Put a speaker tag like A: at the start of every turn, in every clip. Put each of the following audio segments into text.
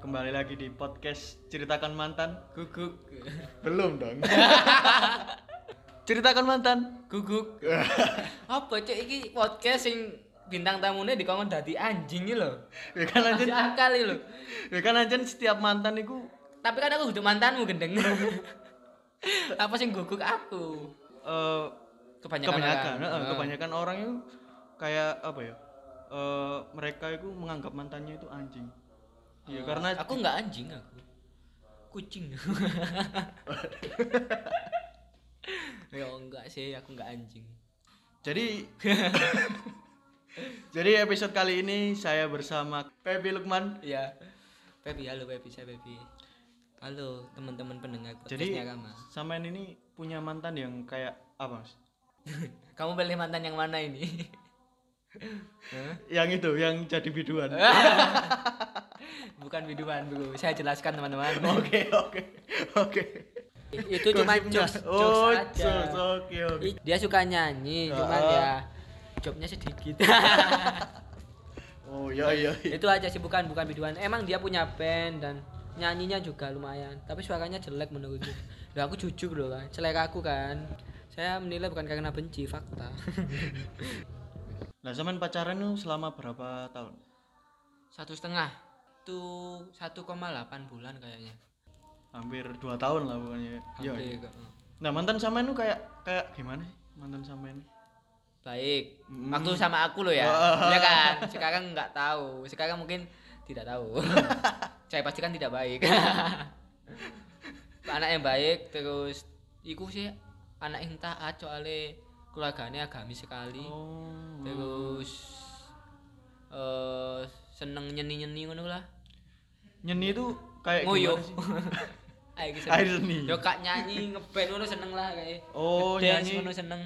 A: kembali lagi di podcast ceritakan mantan
B: Guguk.
C: Belum dong.
A: ceritakan mantan
B: Guguk. Apa cok iki podcast sing bintang tamunya dikongkon dadi anjing iki lho.
C: Iya.
A: ya kan
B: Masuk
A: anjen
B: akal iki lho.
A: ya kan anjen setiap mantan itu
B: Tapi kan aku kudu mantanmu gendeng. Apa sing guguk aku?
A: eh
B: Kebanyakan.
A: kebanyakan
B: orang.
A: eh,
B: Heeh.
A: kebanyakan orang itu kayak apa ya eh mereka itu menganggap mantannya itu anjing ya
B: Eh,
A: karena
B: aku nggak anjing aku. Kucing. ya enggak sih, aku nggak anjing.
A: jadi jadi episode kali ini saya bersama Pepi Lukman
B: Ya. Pepi, halo Pepi, saya Pepi. Halo teman-teman pendengar
A: jadi
B: podcastnya Rama.
A: samain ini punya mantan yang kayak apa Mas?
B: Kamu pilih mantan yang mana ini? Hah?
A: yang itu yang jadi biduan
B: Bukan biduan bro, saya jelaskan teman-teman.
A: oke oke oke
B: Itu cuma jokes, jokes
A: oh
B: aja.
A: jokes oke oke
B: I- Dia suka nyanyi, cuman
A: Heeh.
B: ya jobnya sedikit.
A: oh iya iya iya.
B: itu aja sih bukan bukan biduan. Emang dia punya band dan nyanyinya juga lumayan, tapi suaranya jelek menurutku. Loh aku jujur loh kan, selera aku kan. Saya menilai bukan karena benci, fakta.
A: nah zaman pacaran lu selama berapa tahun
B: satu setengah tuh 1,8 bulan kayaknya.
A: hampir dua tahun lah pokoknya Iya, iya.
B: Hampir kok.
A: nah mantan samain lu kayak kayak gimana sih mantan samain
B: baik
A: Mm.
B: waktu sama aku lo ya
A: Wah.
B: ya kan sekarang nggak tahu sekarang mungkin tidak tahu saya pastikan tidak baik anak yang baik terus iku sih anak yang taat soalnya keluarganya agamis sekali
A: oh
B: terus eh seneng nyeni nyeni ngono lah
A: nyeni itu kayak
B: ngoyo
A: gimana sih
B: ayo ki
A: air
B: seneng
A: seni
B: yo kak nyanyi ngeband ngono seneng lah kayak
A: Oh,
B: Ngedance
A: nyanyi.
B: ngono seneng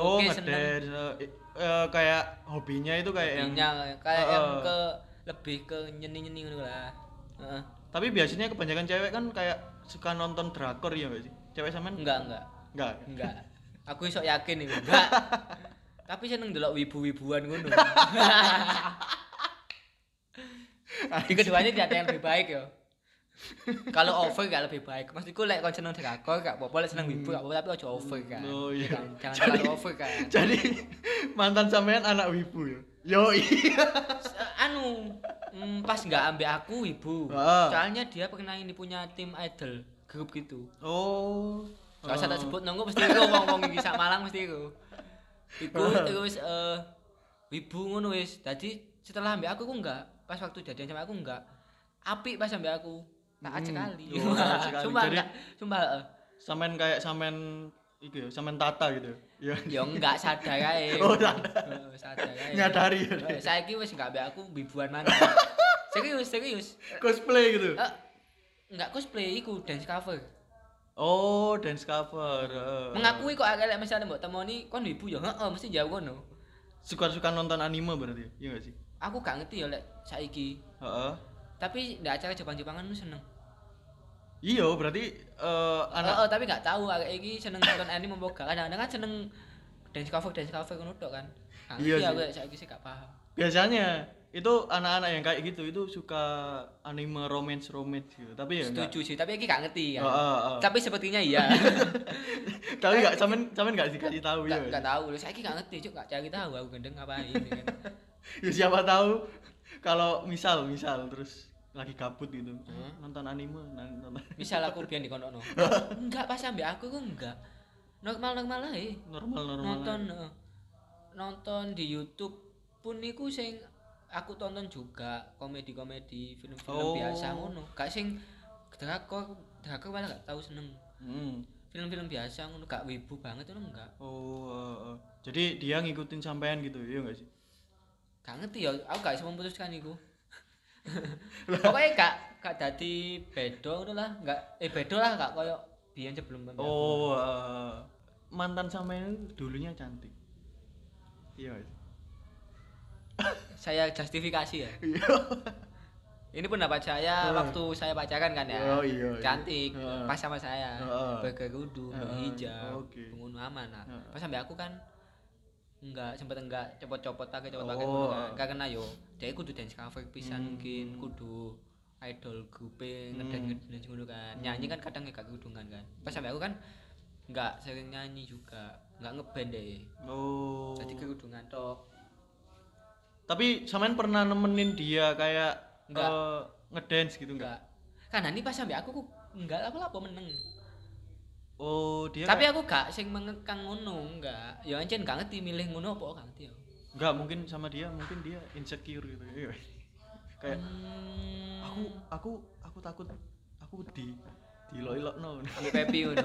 A: oh
B: Ngelukis
A: ngedance eh, eh, kayak hobinya itu kayak yang
B: Hobinya kayak yang
A: Heeh.
B: ke lebih ke nyeni-nyeni gitu lah. Heeh.
A: tapi biasanya kebanyakan cewek kan kayak suka nonton drakor ya nggak sih cewek samain
B: Enggak, enggak.
A: enggak
B: Enggak. Aku iso yakin itu enggak. Tapi seneng delok wibu-wibuan ngono. Di keduanya tidak ada yang lebih baik ya. Kalau over gak lebih baik. Maksudku lek kon seneng drakor gak apa-apa lek seneng wibu gak apa-apa tapi ojo over kan.
A: Oh, iya.
B: Ya kan? Jangan
A: Jadi-
B: terlalu over kan.
A: jadi mantan sampean anak wibu ya yo iya
B: Se- anu mm, pas nggak ambil aku ibu
A: Heeh.
B: soalnya dia pernah ini punya tim idol grup gitu
A: oh
B: kalau saya tak sebut nunggu mesti iku wong wong iki sak malang mesti iku iku terus eh wibu ngono wis jadi setelah ambil aku aku enggak pas waktu jadian sama aku enggak apik pas ambil aku tak aja
A: Hmm.
B: kali
A: Oh, taat sekali.
B: sumpah
A: Jadi-
B: enggak sumpah eh. heeh.
A: sampean kayak sampean iku ya sampean tata gitu ya
B: ya enggak sadar ae
A: Oh, sadar.
B: Heeh, sadar ae
A: nyadari ya dia.
B: saya iki wis enggak ambil aku wibuan mana serius serius
A: cosplay gitu
B: Eh, enggak cosplay iku dance cover.
A: Eh. oh dance cover eh.
B: Mengakui kok agak misalnya mbok temoni kon ibu ya heeh mesti jawab ngono.
A: suka-suka nonton anime berarti iya gak sih
B: Aku gak ngerti ya lek saiki.
A: heeh
B: Tapi ndak acara Jepang-Jepangan lu seneng.
A: iya berarti eh, anak
B: Heeh, Oh, tapi gak tahu agak iki seneng nonton anime apa gak. Kadang-kadang kan seneng dance cover dance cover ngono tok kan. Gak
A: Iya
B: ngerti
A: sih.
B: aku lek saiki sih gak paham.
A: biasanya itu anak-anak yang kayak gitu itu suka anime romance romance gitu tapi ya enggak Oh,
B: Setuju sih, tapi iki gak
A: Heeh,
B: ngerti ya.
A: heeh.
B: Tapi sepertinya iya.
A: tapi enggak sampean sampean enggak dikasih tahu ya
B: Gak, gak tahu lho, saiki gak ngerti cuk, gak cari tahu aku gendeng ngapain ya kan.
A: ya siapa tahu kalau misal misal terus lagi kabut gitu
B: Hmm.
A: nonton anime nan- nonton
B: Misal aku biar dikonokno. Enggak pas ambek aku aku enggak. Normal-normal ae.
A: normal normal
B: nonton eh, nonton di YouTube pun niku sing aku tonton juga komedi-komedi film-film
A: Oh.
B: biasa ngono. Gak sing drakor, drakor malah gak tahu seneng.
A: Hmm.
B: Film-film biasa ngono gak wibu banget ngono enggak.
A: oh eh, eh. jadi dia ngikutin sampean gitu iya enggak sih
B: Gak ngerti ya, aku gak bisa memutuskan iku. Pokoknya gak gak dadi bedo ngono lah, gak eh bedo lah gak koyo biyen sebelum pembiakan.
A: oh eh, mantan sampean itu dulunya cantik iya nggak sih?
B: Saya justifikasi ya.
A: iya
B: Ini pendapat saya
A: Heeh.
B: waktu saya pacaran kan ya.
A: Oh, iya, iya.
B: Cantik,
A: Heeh.
B: pas sama saya.
A: Heeh.
B: Berkerudung,
A: Heeh,
B: hijau,
A: oke.
B: pengunduh aman. Nah,
A: Heeh.
B: pas sampai aku kan enggak sempet enggak copot-copot tak copot pakai
A: Oh.
B: kan. Karena yo dia kudu dance cover pisan
A: Hmm.
B: mungkin kudu idol grupe ngedance ngedance ngono kan
A: Hmm.
B: nyanyi kan kadang gak kudungan kan pas sampe aku kan nggak sering nyanyi juga nggak ngeband deh
A: Oh.
B: jadi kudungan toh
A: Tapi sampean pernah nemenin dia kayak
B: Enggak.
A: eh, ngedance gitu enggak?
B: nggak karena ini pas sampe aku ku nggak apa apa meneng
A: Oh, dia
B: tapi
A: kayak-
B: aku gak sing mengekang ngono nggak ya ancen gak ngerti milih ngono apa gak ngerti ya
A: enggak mungkin sama dia, mungkin dia insecure gitu. Iya. kayak
B: Hmm,
A: aku aku aku takut aku di di loilok
B: Di Pepi ngono.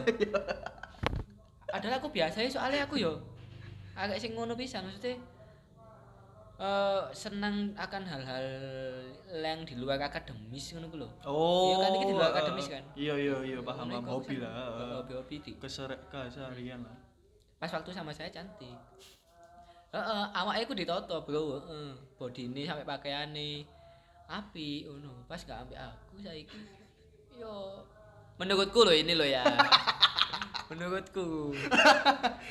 B: Adalah aku biasanya soalnya aku yo agak sing ngono pisan maksudnya eh senang akan hal-hal yang di luar akademis ngono ku lho.
A: Oh.
B: Iya kan, ini di luar
A: eh,
B: akademis kan?
A: Iya iya iya paham
B: Ngono
A: paham
B: iku aku
A: hobi
B: seneng.
A: lah. eh, eh.
B: Hobi-hobi di.
A: Kesere keseharian lah.
B: Pas waktu sama saya cantik. Heeh, awake ku ditoto, Bro. Heeh, bodine sampe pakaiane api ngono. Pas gak ambek aku saiki yo menurutku loh ini loh ya. menurutku.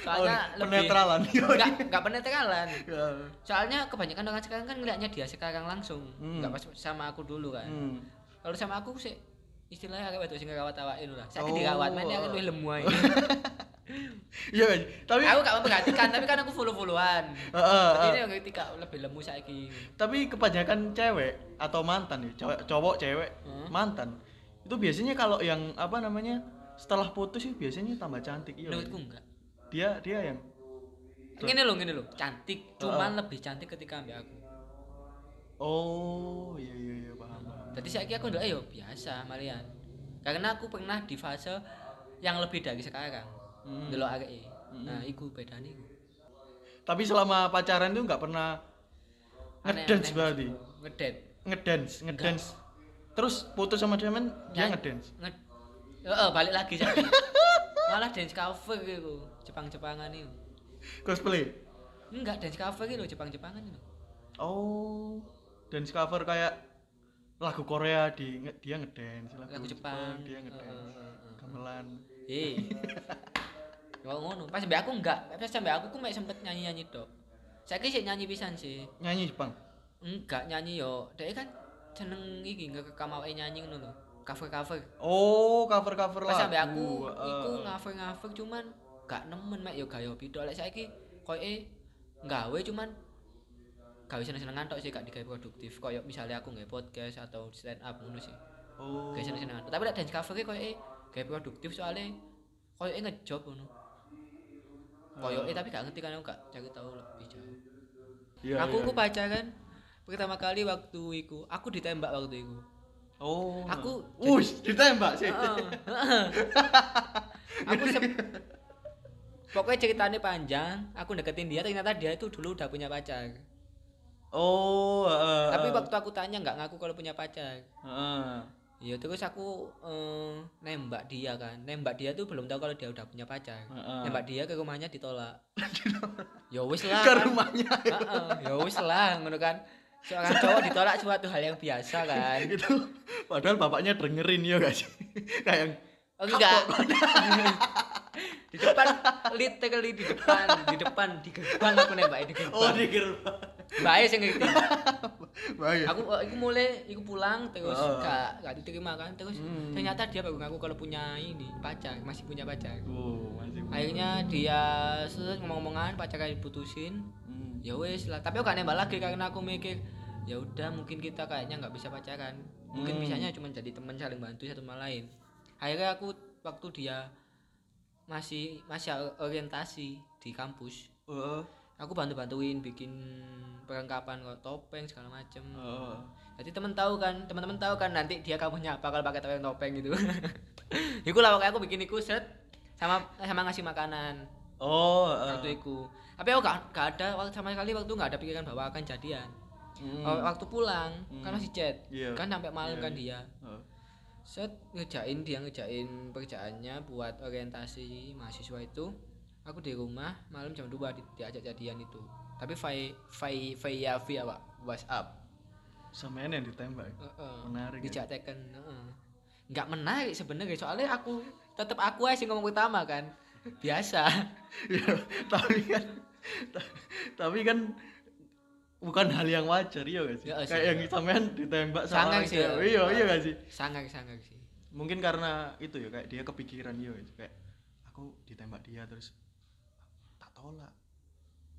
B: Soalnya
A: oh,
B: lebih
A: penetralan. Iya.
B: Enggak, enggak penetralan.
A: Iya.
B: Soalnya kebanyakan orang sekarang kan ngeliatnya dia sekarang langsung,
A: Hmm.
B: enggak pas sama aku dulu kan.
A: Hmm.
B: Kalau sama aku sih istilahnya agak wedok sing ngrawat awake lho lah. Saiki
A: Oh.
B: dirawat meneh aku luwih lemu ae.
A: Iya, tapi
B: aku gak memperhatikan, tapi kan aku follow-followan.
A: Eh, eh,
B: Jadi
A: eh.
B: ini yang ketika lebih lemu saiki.
A: tapi kebanyakan cewek atau mantan ya cowok, cowok cewek
B: Hmm.
A: mantan itu biasanya kalau yang apa namanya setelah putus sih biasanya tambah cantik iya
B: Menurutku enggak.
A: dia dia yang Betul.
B: Ngene lho, ngene lho, cantik, cuman lebih cantik ketika ambil aku.
A: oh iya iya iya paham paham
B: Jadi saiki aku ndelok yo biasa malian. Karena aku pernah di fase yang lebih dari sekarang.
A: Hmm.
B: Ndelok areke.
A: Hmm.
B: Nah, iku bedane iku.
A: tapi selama pacaran tuh nggak pernah ngedance
B: Aneh-aneh.
A: berarti
B: Ngedance.
A: ngedance ngedance terus putus sama dia men dia
B: Nyanyi.
A: ngedance
B: Nge Heeh, balik lagi saiki. Malah dance cover iku, Jepang-Jepangan iku.
A: cosplay
B: Enggak dance cover iki lho Jepang-Jepangan iku.
A: oh dance cover kayak lagu Korea di nge- dia ngedance
B: Lagu Jepang.
A: dia
B: Heeh,
A: ngedance
B: heeh, heeh.
A: gamelan
B: Hei. Kok ngono? Pas sampe aku enggak, pas sampe aku ku mek sempet nyanyi-nyanyi tok. Saiki sik nyanyi pisan sih.
A: nyanyi Jepang
B: Enggak nyanyi yo. Dek kan jeneng iki ngekekam awake nyanyi ngono lho. Cover-cover.
A: Oh, cover-cover lagu.
B: Pas sampe aku
A: eh,
B: iku ngaver-ngaver cuman gak nemen mek yo gaya beda lek saiki koyoke nggawe cuman gawe seneng-senengan tok sih gak digawe produktif koyo misalnya aku nggawe podcast atau stand up ngono sih
A: Oh.
B: gawe seneng-senengan tapi lek dance cover koyoke gawe produktif soalnya koyoke ngejob ngono koyoke tapi gak ngerti kan aku gak cari tau lebih jauh
A: Ah. Iya,
B: aku
A: iya.
B: ku pacaran pertama kali waktu iku aku ditembak waktu iku
A: Oh.
B: aku-
A: Wush, ditembak sih.
B: Heeh. aku sep- pokoknya ceritanya panjang aku deketin dia ternyata dia itu dulu udah punya pacar
A: Oh, heeh.
B: tapi waktu aku tanya nggak ngaku kalau punya pacar
A: Heeh.
B: ya terus aku eh, nembak dia kan nembak dia tuh belum tahu kalau dia udah punya pacar
A: Heeh.
B: nembak dia ke rumahnya ditolak ya wis lah
A: Ke
B: kan.
A: rumahnya.
B: Heeh, ya wis lah ngono kan seorang cowok ditolak suatu hal yang biasa kan
A: Itu padahal bapaknya dengerin ya guys. Kayak
B: enggak di depan literally di depan di depan di gerbang aku nembak di gerbang
A: oh dikir.
B: mbak e sing ngerti
A: Bahaya.
B: aku aku mulai aku pulang terus
A: Oh.
B: gak gak diterima kan terus
A: Hmm.
B: ternyata dia baru ngaku kalau punya ini pacar masih punya pacar
A: Oh, masih.
B: akhirnya dia seret ngomong-ngomongan pacarnya diputusin
A: Hmm.
B: ya wes lah tapi aku gak nembak lagi karena aku mikir ya udah mungkin kita kayaknya nggak bisa pacaran mungkin
A: Hmm.
B: bisanya cuma jadi teman saling bantu satu sama lain akhirnya aku waktu dia masih masih orientasi di kampus
A: Heeh.
B: aku bantu bantuin bikin perlengkapan kok topeng segala macem
A: Heeh.
B: jadi temen tahu kan teman-teman tahu kan nanti dia kamunya apa kalau pakai topeng topeng gitu iku lah pokoknya aku bikin iku set sama sama ngasih makanan
A: Oh,
B: waktu
A: heeh.
B: iku tapi aku gak, gak ada waktu sama sekali waktu nggak ada pikiran bahwa akan jadian
A: Hmm.
B: Oh, waktu pulang kan
A: Hmm.
B: masih chat
A: Iya.
B: kan sampai malam
A: Iya,
B: kan dia
A: Heeh.
B: set ngejain dia ngejain pekerjaannya buat orientasi mahasiswa itu aku di rumah malam jam 2 di- diajak jadian itu tapi via via via via Pak, ya, WhatsApp
A: Sampean yang ditembak.
B: Heeh.
A: Menarik, ya.
B: dijak teken heeh. nggak menarik sebenarnya soalnya aku tetap aku aja sih ngomong pertama kan biasa
A: Ya, Iya, tapi kan tapi kan bukan hal yang wajar iya gak sih
B: Ya, sih.
A: kayak yang sampean ditembak
B: Sangat
A: sama orang
B: sih, ya.
A: cewek. iya iya gak sih
B: sangat sangat sih
A: mungkin karena itu ya kayak dia kepikiran iya gak sih? kayak aku ditembak dia terus tak tolak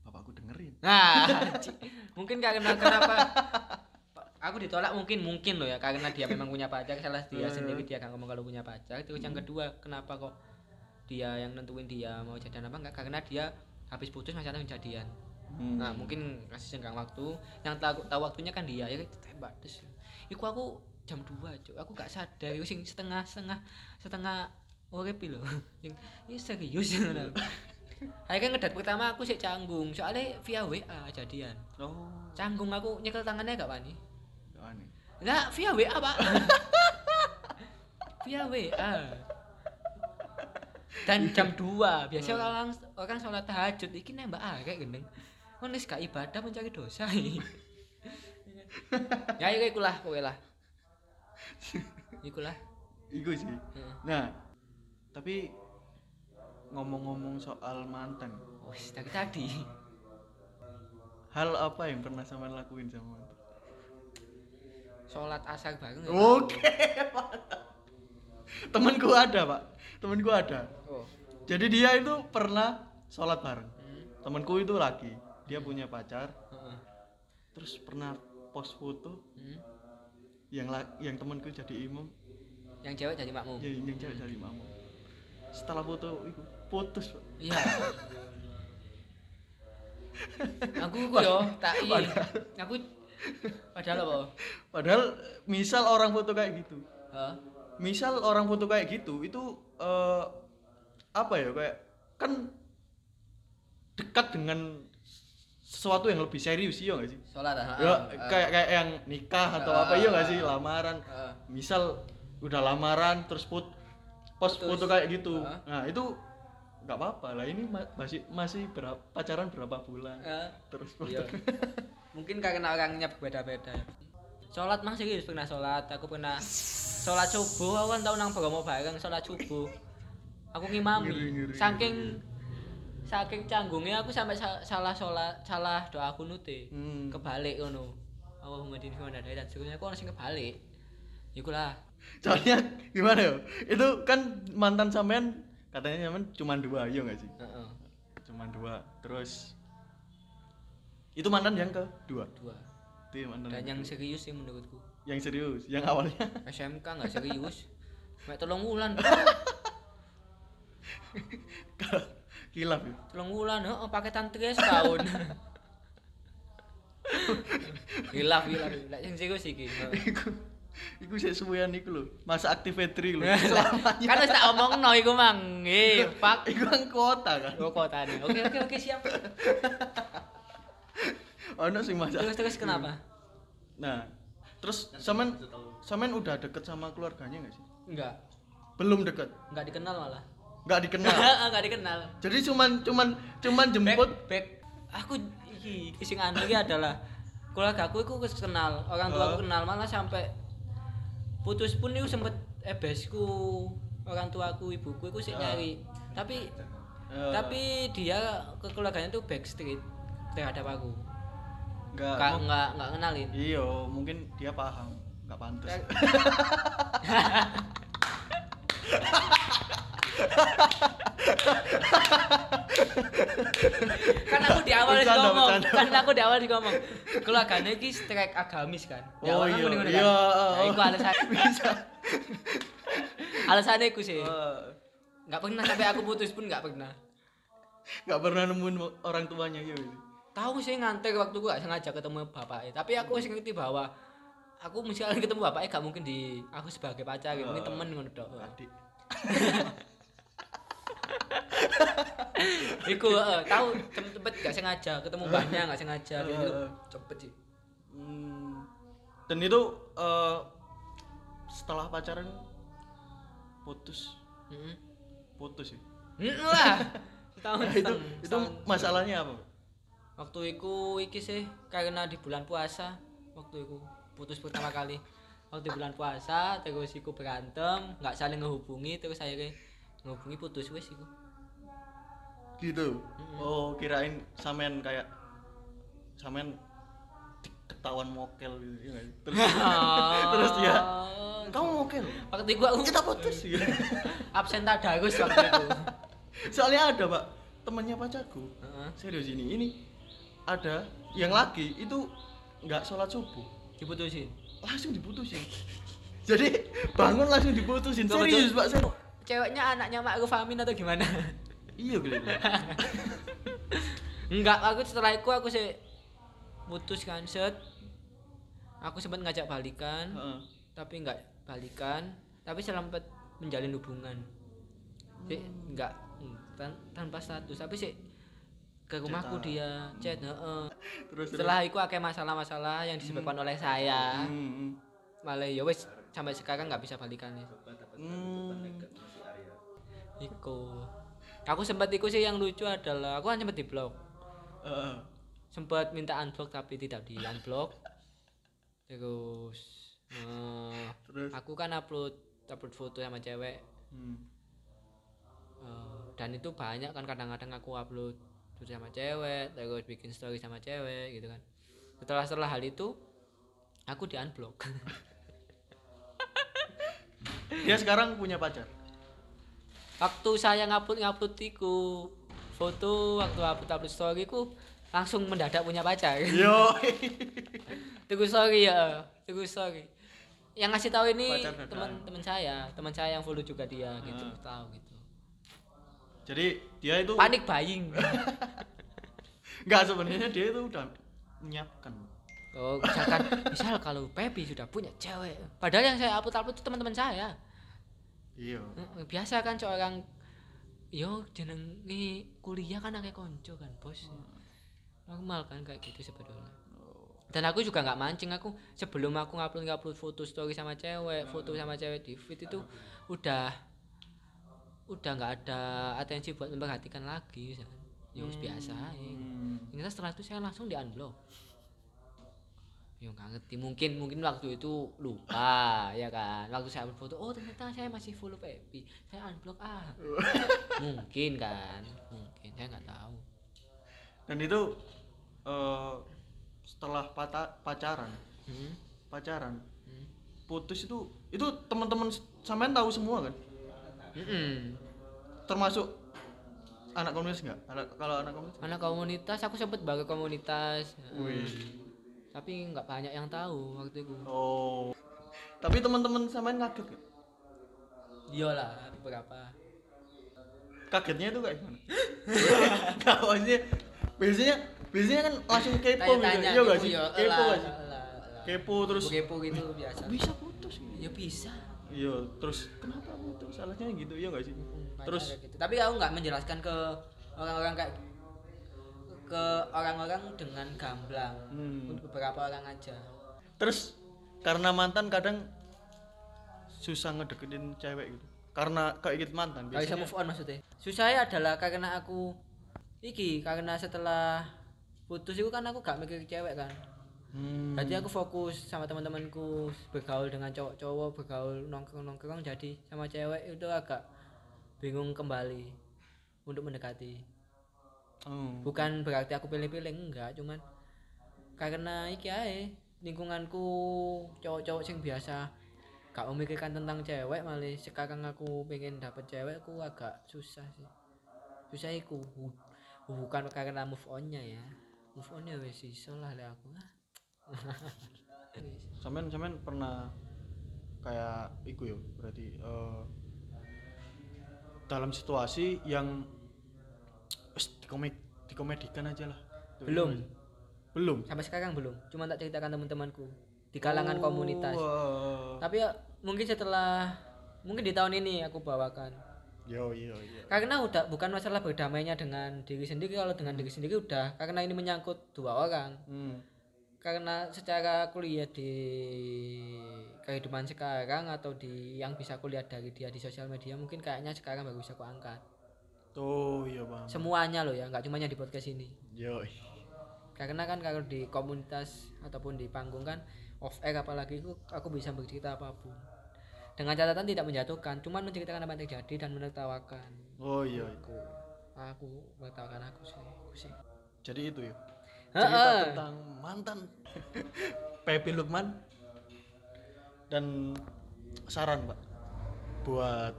A: bapakku dengerin
B: nah anjing. mungkin karena kenapa aku ditolak mungkin mungkin loh ya karena dia memang punya pacar salah dia sendiri dia akan ngomong kalau punya pacar terus yang kedua kenapa kok dia yang nentuin dia mau jadian apa enggak karena dia habis putus masih ada yang jadian Nah,
A: Hmm.
B: mungkin kasih senggang waktu. Yang tahu tahu waktunya kan dia ya tembak terus. Iku aku jam 2, Cuk. Aku gak sadar iku sing setengah-setengah setengah urip lho. Sing ya serius ngono. Akhirnya ngedat pertama aku sik canggung, soalnya via WA jadian.
A: oh
B: Canggung aku nyekel tangannya gak wani.
A: gak aneh
B: Enggak, via WA, Pak. via WA. Dan jam 2, biasanya orang orang sholat tahajud iki nembak ah kayak gendeng. Kon wis gak ibadah mencari dosa. ya iki iku lah kowe lah. Iku lah.
A: Iku sih.
B: Heeh.
A: Nah, tapi ngomong-ngomong soal mantan,
B: Wis dari tadi.
A: hal apa yang pernah sampean lakuin sama mantan?
B: Sholat asar bareng. ya, Pak.
A: mantap. Temanku ada, Pak. Temanku ada.
B: Oh.
A: Jadi dia itu pernah sholat bareng.
B: Hmm.
A: Temanku itu laki, dia punya pacar,
B: Heeh.
A: terus pernah post foto
B: Hmm.
A: yang la- yang temanku jadi imam,
B: Yang cewek jadi makmum.
A: yang yang cewek jadi imam. Setelah foto itu putus, Pak.
B: Iya. aku ku yo tak i. Aku padahal apa?
A: Padahal misal orang foto kayak gitu,
B: Hah?
A: misal orang foto kayak gitu itu eh, apa ya kayak kan dekat dengan sesuatu yang lebih serius iya nggak sih
B: Sholat ah.
A: ya
B: ah, ah.
A: kayak kayak yang nikah atau
B: Ah,
A: apa iya nggak
B: ah,
A: sih
B: ah.
A: lamaran
B: Ah.
A: misal udah lamaran terus put post
B: Putus.
A: foto kayak gitu
B: Ah.
A: nah itu nggak apa-apa lah ini ma- masih masih berapa, pacaran berapa bulan
B: Ah,
A: terus
B: iya.
A: foto-
B: Mungkin karena orangnya berbeda-beda. Sholat mah serius pernah sholat. Aku pernah sholat subuh. Aku kan tau nang Bromo bareng sholat subuh. Aku
A: Ngiri, ngiri,
B: ngimami.
A: ngiri.
B: Saking saking canggungnya aku sampai sa- salah sholat salah doa aku nute.
A: Hmm.
B: kebalik ngono. Allahumma dini wa nadai dan seterusnya aku orang sing kebalik. Iku lah.
A: soalnya gimana ya itu kan mantan sampean katanya sampean cuma dua iya nggak sih
B: Heeh.
A: cuman dua terus itu mantan yang ke dua
B: Dua.
A: itu yang mantan
B: Dan yang serius sih menurutku.
A: yang serius yang awalnya
B: SMK nggak serius. Mek tolong wulan.
A: kilaf ya
B: Tolong wulan, heeh paketan tres tahun. Hilaf, hilaf. Lek sing serius iki. Heeh.
A: iku iku sik suwean iku lho masa aktif vetri lho
B: Kan
A: selamanya
B: wis tak omongno iku mang. Eh, fuck.
A: iku kan kuota kan
B: Rokok tadi. Oke, oke, oke, siap.
A: ono sing masa
B: Terus terus kenapa?
A: nah terus samen samen udah deket sama keluarganya nggak sih
B: Enggak.
A: belum deket
B: Enggak dikenal malah.
A: nggak dikenal
B: Enggak dikenal.
A: jadi cuman cuman cuman jemput
B: back aku iki iki sing aneh iki adalah keluarga aku iku wis kenal orang tua aku kenal malah sampai putus pun itu sempet ebesku orang tuaku ibuku iku sih
A: Ah.
B: nyari tapi
A: Eh,
B: tapi dia ke keluarganya tuh backstreet terhadap aku
A: eh, nggak
B: nggak nggak nggak kenalin
A: Iya. iyo mungkin dia paham nggak pantas
B: kan aku di awal sih
A: Bercanda,
B: ngomong
A: bercanda.
B: kan aku di awal sih ngomong keluarganya iki strike agamis kan Di
A: Oh,
B: awal kan
A: iya,
B: ngono-ngono
A: iya,
B: kan. Nah,
A: oh.
B: iku alasan alasannya iku sih
A: Eh,
B: nggak pernah sampai aku putus pun nggak pernah
A: nggak pernah nemuin orang tuanya gitu
B: tahu sih nganter waktu gue gak sengaja ketemu bapaknya tapi aku sih ngerti bahwa aku misalnya ketemu bapaknya gak mungkin di aku sebagai pacar gitu
A: Oh.
B: mungkin temen ngono dok
A: adik
B: iku eh, tahu cem- cepet gak sengaja ketemu mbaknya gak sengaja gitu
A: Eh.
B: cepet sih
A: Hmm, dan itu eh, setelah pacaran putus
B: Heeh.
A: putus ya
B: Heeh lah setahun
A: Nah, itu
B: setengah,
A: itu
B: setahun.
A: masalahnya apa
B: waktu itu iki sih karena di bulan puasa waktu itu putus pertama kali waktu bulan puasa terus iku berantem nggak saling ngehubungi terus akhirnya ngehubungi putus wes iku
A: gitu oh kirain samen kayak samen ketahuan mokel gitu ya nggak sih? terus terus dia kamu mokel
B: Oh. waktu itu aku
A: kita putus ya
B: absen tak ada aku waktu itu
A: soalnya ada pak temannya pacarku
B: Heeh.
A: serius ini ini ada yang laki itu nggak sholat subuh
B: diputusin
A: langsung diputusin jadi bangun langsung diputusin
B: Tuh,
A: serius pak saya
B: ceweknya anaknya mak aku Famin atau gimana
A: iya gila Pak.
B: enggak aku setelah itu aku sih putus kan set aku sempat ngajak balikan
A: Heeh.
B: tapi enggak balikan tapi selamat menjalin hubungan sih enggak hmm, tan- tanpa status tapi sih ke rumahku
A: Cetak.
B: dia chat heeh.
A: ah. Hmm. terus terus.
B: setelah itu akeh masalah-masalah yang disebabkan oleh saya
A: Hmm, hmm.
B: malah ya wes sampai sekarang nggak bisa balikan ya
A: Hmm.
B: Iku. Aku sempat iku sih yang lucu adalah aku kan sempat diblok.
A: Heeh.
B: Sempat minta unblock tapi tidak di unblock. Terus eh,
A: terus
B: aku kan upload upload foto sama cewek
A: Hmm.
B: eh, dan itu banyak kan kadang-kadang aku upload foto sama cewek terus bikin story sama cewek gitu kan setelah setelah hal itu aku di unblock
A: dia sekarang punya pacar
B: waktu saya ngupload ngupload iku foto waktu upload upload story ku langsung mendadak punya pacar
A: yo
B: Teguh sorry ya, teguh sorry. Yang ngasih tahu ini
A: Pacar dadaan.
B: teman-teman saya, teman saya yang follow juga dia gitu,
A: Ah.
B: tahu gitu.
A: jadi dia itu
B: Panik buying.
A: nggak sebenarnya dia itu udah menyiapkan
B: oh, misalkan misal kalau Pepi sudah punya cewek, padahal yang saya upload-upload itu teman-teman saya.
A: iya
B: Eh, Biasa kan seorang yo jenenge kuliah kan akeh konco kan, Bos. Normal kan kayak gitu sebetulnya. dan aku juga nggak mancing aku sebelum aku ngupload ngupload foto story sama cewek foto sama cewek di feed itu udah udah nggak ada atensi buat memperhatikan lagi misalkan. ya wis biasa ya.
A: Hmm.
B: ternyata setelah itu saya langsung di unblock ya nggak ngerti mungkin mungkin waktu itu lupa ya kan waktu saya upload foto oh ternyata saya masih follow Pepi saya unblock ah mungkin kan mungkin saya nggak tahu
A: dan itu eh, setelah pata- pacaran
B: Hmm,
A: pacaran
B: hmm.
A: putus itu itu teman-teman s- sampean tahu semua kan
B: Mm-mm.
A: termasuk anak komunis nggak anak kalau anak komunis
B: Anak komunitas, aku sempet bagi komunitas. Hmm.
A: Wih.
B: Tapi nggak banyak yang tahu waktu itu.
A: oh tapi teman-teman sampean kaget nggak?
B: Iyalah, beberapa.
A: kagetnya itu kayak gimana nggak maksudnya biasanya biasanya kan langsung kepo gitu
B: Tanya-tanya
A: iya nggak
B: gitu,
A: sih
B: ya,
A: kepo
B: elah,
A: nggak sih
B: elah, elah.
A: kepo terus
B: kepo gitu biasa.
A: bisa putus gitu.
B: Ya bisa.
A: iya terus kenapa putus salahnya gitu iya nggak sih terus
B: Banyak kayak gitu. tapi aku nggak menjelaskan ke orang-orang kayak ke orang-orang dengan gamblang.
A: Hmm.
B: Untuk beberapa orang aja.
A: terus karena mantan kadang susah ngedeketin cewek gitu karena keinget mantan
B: Gak bisa
A: biasanya
B: move on maksudnya. Susahnya adalah karena aku iki karena setelah putus itu kan aku gak mikir cewek kan.
A: Hmm.
B: Berarti aku fokus sama teman-temanku bergaul dengan cowok-cowok, bergaul nongkrong-nongkrong jadi sama cewek itu agak bingung kembali untuk mendekati.
A: Oh.
B: Bukan berarti aku pilih-pilih enggak, cuman karena iki ae lingkunganku cowok-cowok yang biasa gak memikirkan tentang cewek malah sekarang aku pengen dapet cewek aku agak susah sih susah iku Bu- bukan karena move onnya ya move on ya wes iso lah lek aku
A: Sampean sampean pernah kayak iku ya berarti eh, dalam situasi yang wis, dikomed dikomedikan aja lah.
B: belum
A: Belum.
B: sampai sekarang belum cuma tak ceritakan teman-temanku di kalangan
A: Oh.
B: komunitas
A: Wah.
B: tapi ya, mungkin setelah mungkin di tahun ini aku bawakan
A: Yo yo yo.
B: karena udah bukan masalah berdamainya dengan diri sendiri kalau dengan diri sendiri udah karena ini menyangkut dua orang
A: Hmm.
B: karena secara kuliah di kehidupan sekarang atau di yang bisa kulihat dari dia di sosial media mungkin kayaknya sekarang baru bisa kuangkat
A: Tuh iya bang.
B: semuanya loh ya nggak cuma yang di podcast ini
A: Yo.
B: karena kan kalau di komunitas ataupun di panggung kan off air apalagi aku, aku bisa bercerita apapun dengan catatan tidak menjatuhkan cuman menceritakan apa yang terjadi dan menertawakan
A: Oh iya.
B: aku aku menertawakan aku sih aku sih
A: Jadi itu ya. cerita
B: Heeh.
A: tentang mantan Pepe Lukman dan saran pak buat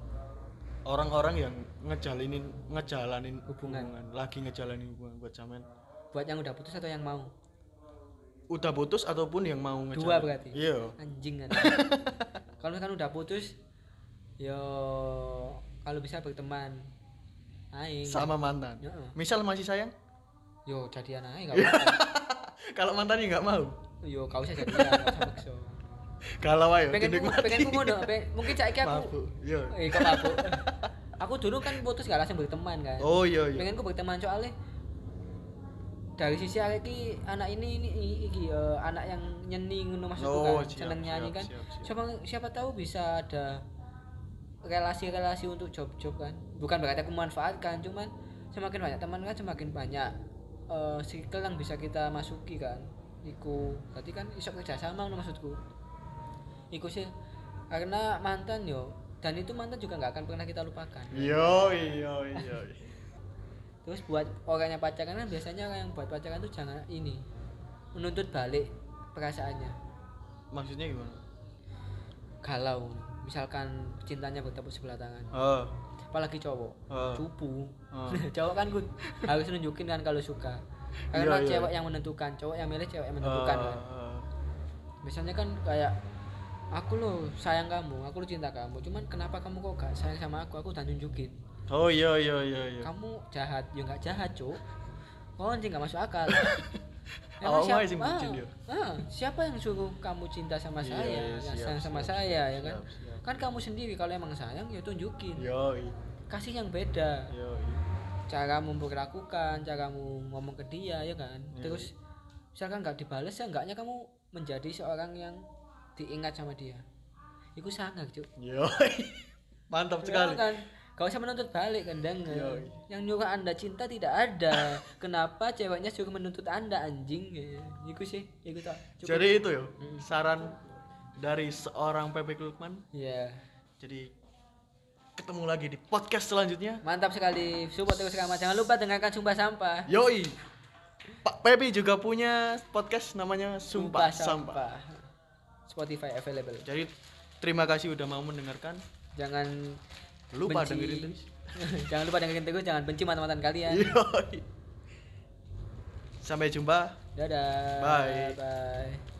A: orang-orang yang ngejalinin ngejalanin hubungan,
B: Hubungan.
A: lagi ngejalanin hubungan buat sampean
B: buat yang udah putus atau yang mau
A: udah putus ataupun yang mau ngejalanin
B: Dua berarti?
A: iya
B: anjing kan kalau misalkan udah putus yo kalau bisa berteman aing
A: sama mantan
B: Iya.
A: misal masih sayang
B: yo jadian aing gak apa
A: kalau mantannya nggak mau
B: yo kau usah jadian gak usah maksa.
A: kalau ayo
B: pengen ku
A: dinikmati.
B: pengen ku ngono pe- mungkin saiki
A: Mabuk,
B: aku
A: iya.
B: eh kok mabuk aku dulu kan putus gak langsung berteman kan
A: oh iya iya
B: pengen ku berteman soalnya dari sisi aku iki anak ini ini i- iki eh, anak yang nyeni ngono maksudku
A: Oh,
B: kan
A: siap,
B: seneng nyanyi
A: siap,
B: kan
A: siap, siap.
B: siapa siapa tahu bisa ada relasi-relasi untuk job-job kan bukan berarti aku memanfaatkan cuman semakin banyak teman kan semakin banyak eh, circle yang bisa kita masuki kan iku berarti kan isok kerjasama ngono maksudku iku sih karena mantan yo dan itu mantan juga nggak akan pernah kita lupakan
A: iya iya iya
B: terus buat orang yang pacaran kan biasanya orang yang buat pacaran tuh jangan ini menuntut balik perasaannya
A: maksudnya gimana
B: galau misalkan cintanya bertepuk sebelah tangan
A: oh
B: apalagi cowok
A: Oh.
B: cupu
A: Oh.
B: cowok kan kun- harus nunjukin kan kalau suka
A: Iya,
B: karena
A: iya.
B: cewek yang menentukan cowok yang milih cewek yang menentukan
A: Eh,
B: kan biasanya kan kayak aku loh sayang kamu aku loh cinta kamu cuman kenapa kamu kok gak sayang sama aku aku udah nunjukin
A: eh. oh iya iya iya iya
B: kamu jahat ya nggak jahat cuk kau anjing nggak masuk akal
A: Awak
B: siap-
A: wae sing
B: ah,
A: bucin, yo.
B: ah, siapa yang suruh kamu cinta sama
A: Iya,
B: saya
A: iya,
B: nggak
A: siap,
B: sayang sama
A: siap,
B: saya
A: siap,
B: ya kan
A: siap, siap.
B: kan kamu sendiri kalau emang sayang ya tunjukin
A: yo iya
B: kasih yang beda
A: yo
B: cara memperlakukan caramu ngomong ke dia ya kan
A: Iya,
B: terus misalkan nggak dibales ya enggaknya kamu menjadi seorang yang diingat sama dia itu sangat cuk
A: yo mantap sekali
B: Ya kan? Gak usah menuntut balik kan denger.
A: Yoi.
B: Yang nyuruh anda cinta tidak ada. Kenapa ceweknya suruh menuntut anda anjing? Ya, Iku sih, iku tak.
A: jadi itu yo
B: Hmm.
A: saran dari seorang Pepe Lukman
B: Ya,
A: jadi ketemu lagi di podcast selanjutnya
B: mantap sekali. Support terus Rama. Jangan lupa dengarkan sumpah sampah.
A: yoi Pak Pepe juga punya podcast namanya Sumpah, Sampah.
B: Spotify available.
A: Jadi terima kasih udah mau mendengarkan.
B: Jangan
A: Lupa
B: benci.
A: dengerin terus. Iya.
B: jangan lupa dengerin terus. Jangan benci mantan-mantan kalian.
A: Yoi. Sampai jumpa.
B: Dadah.
A: Bye.
B: Bye.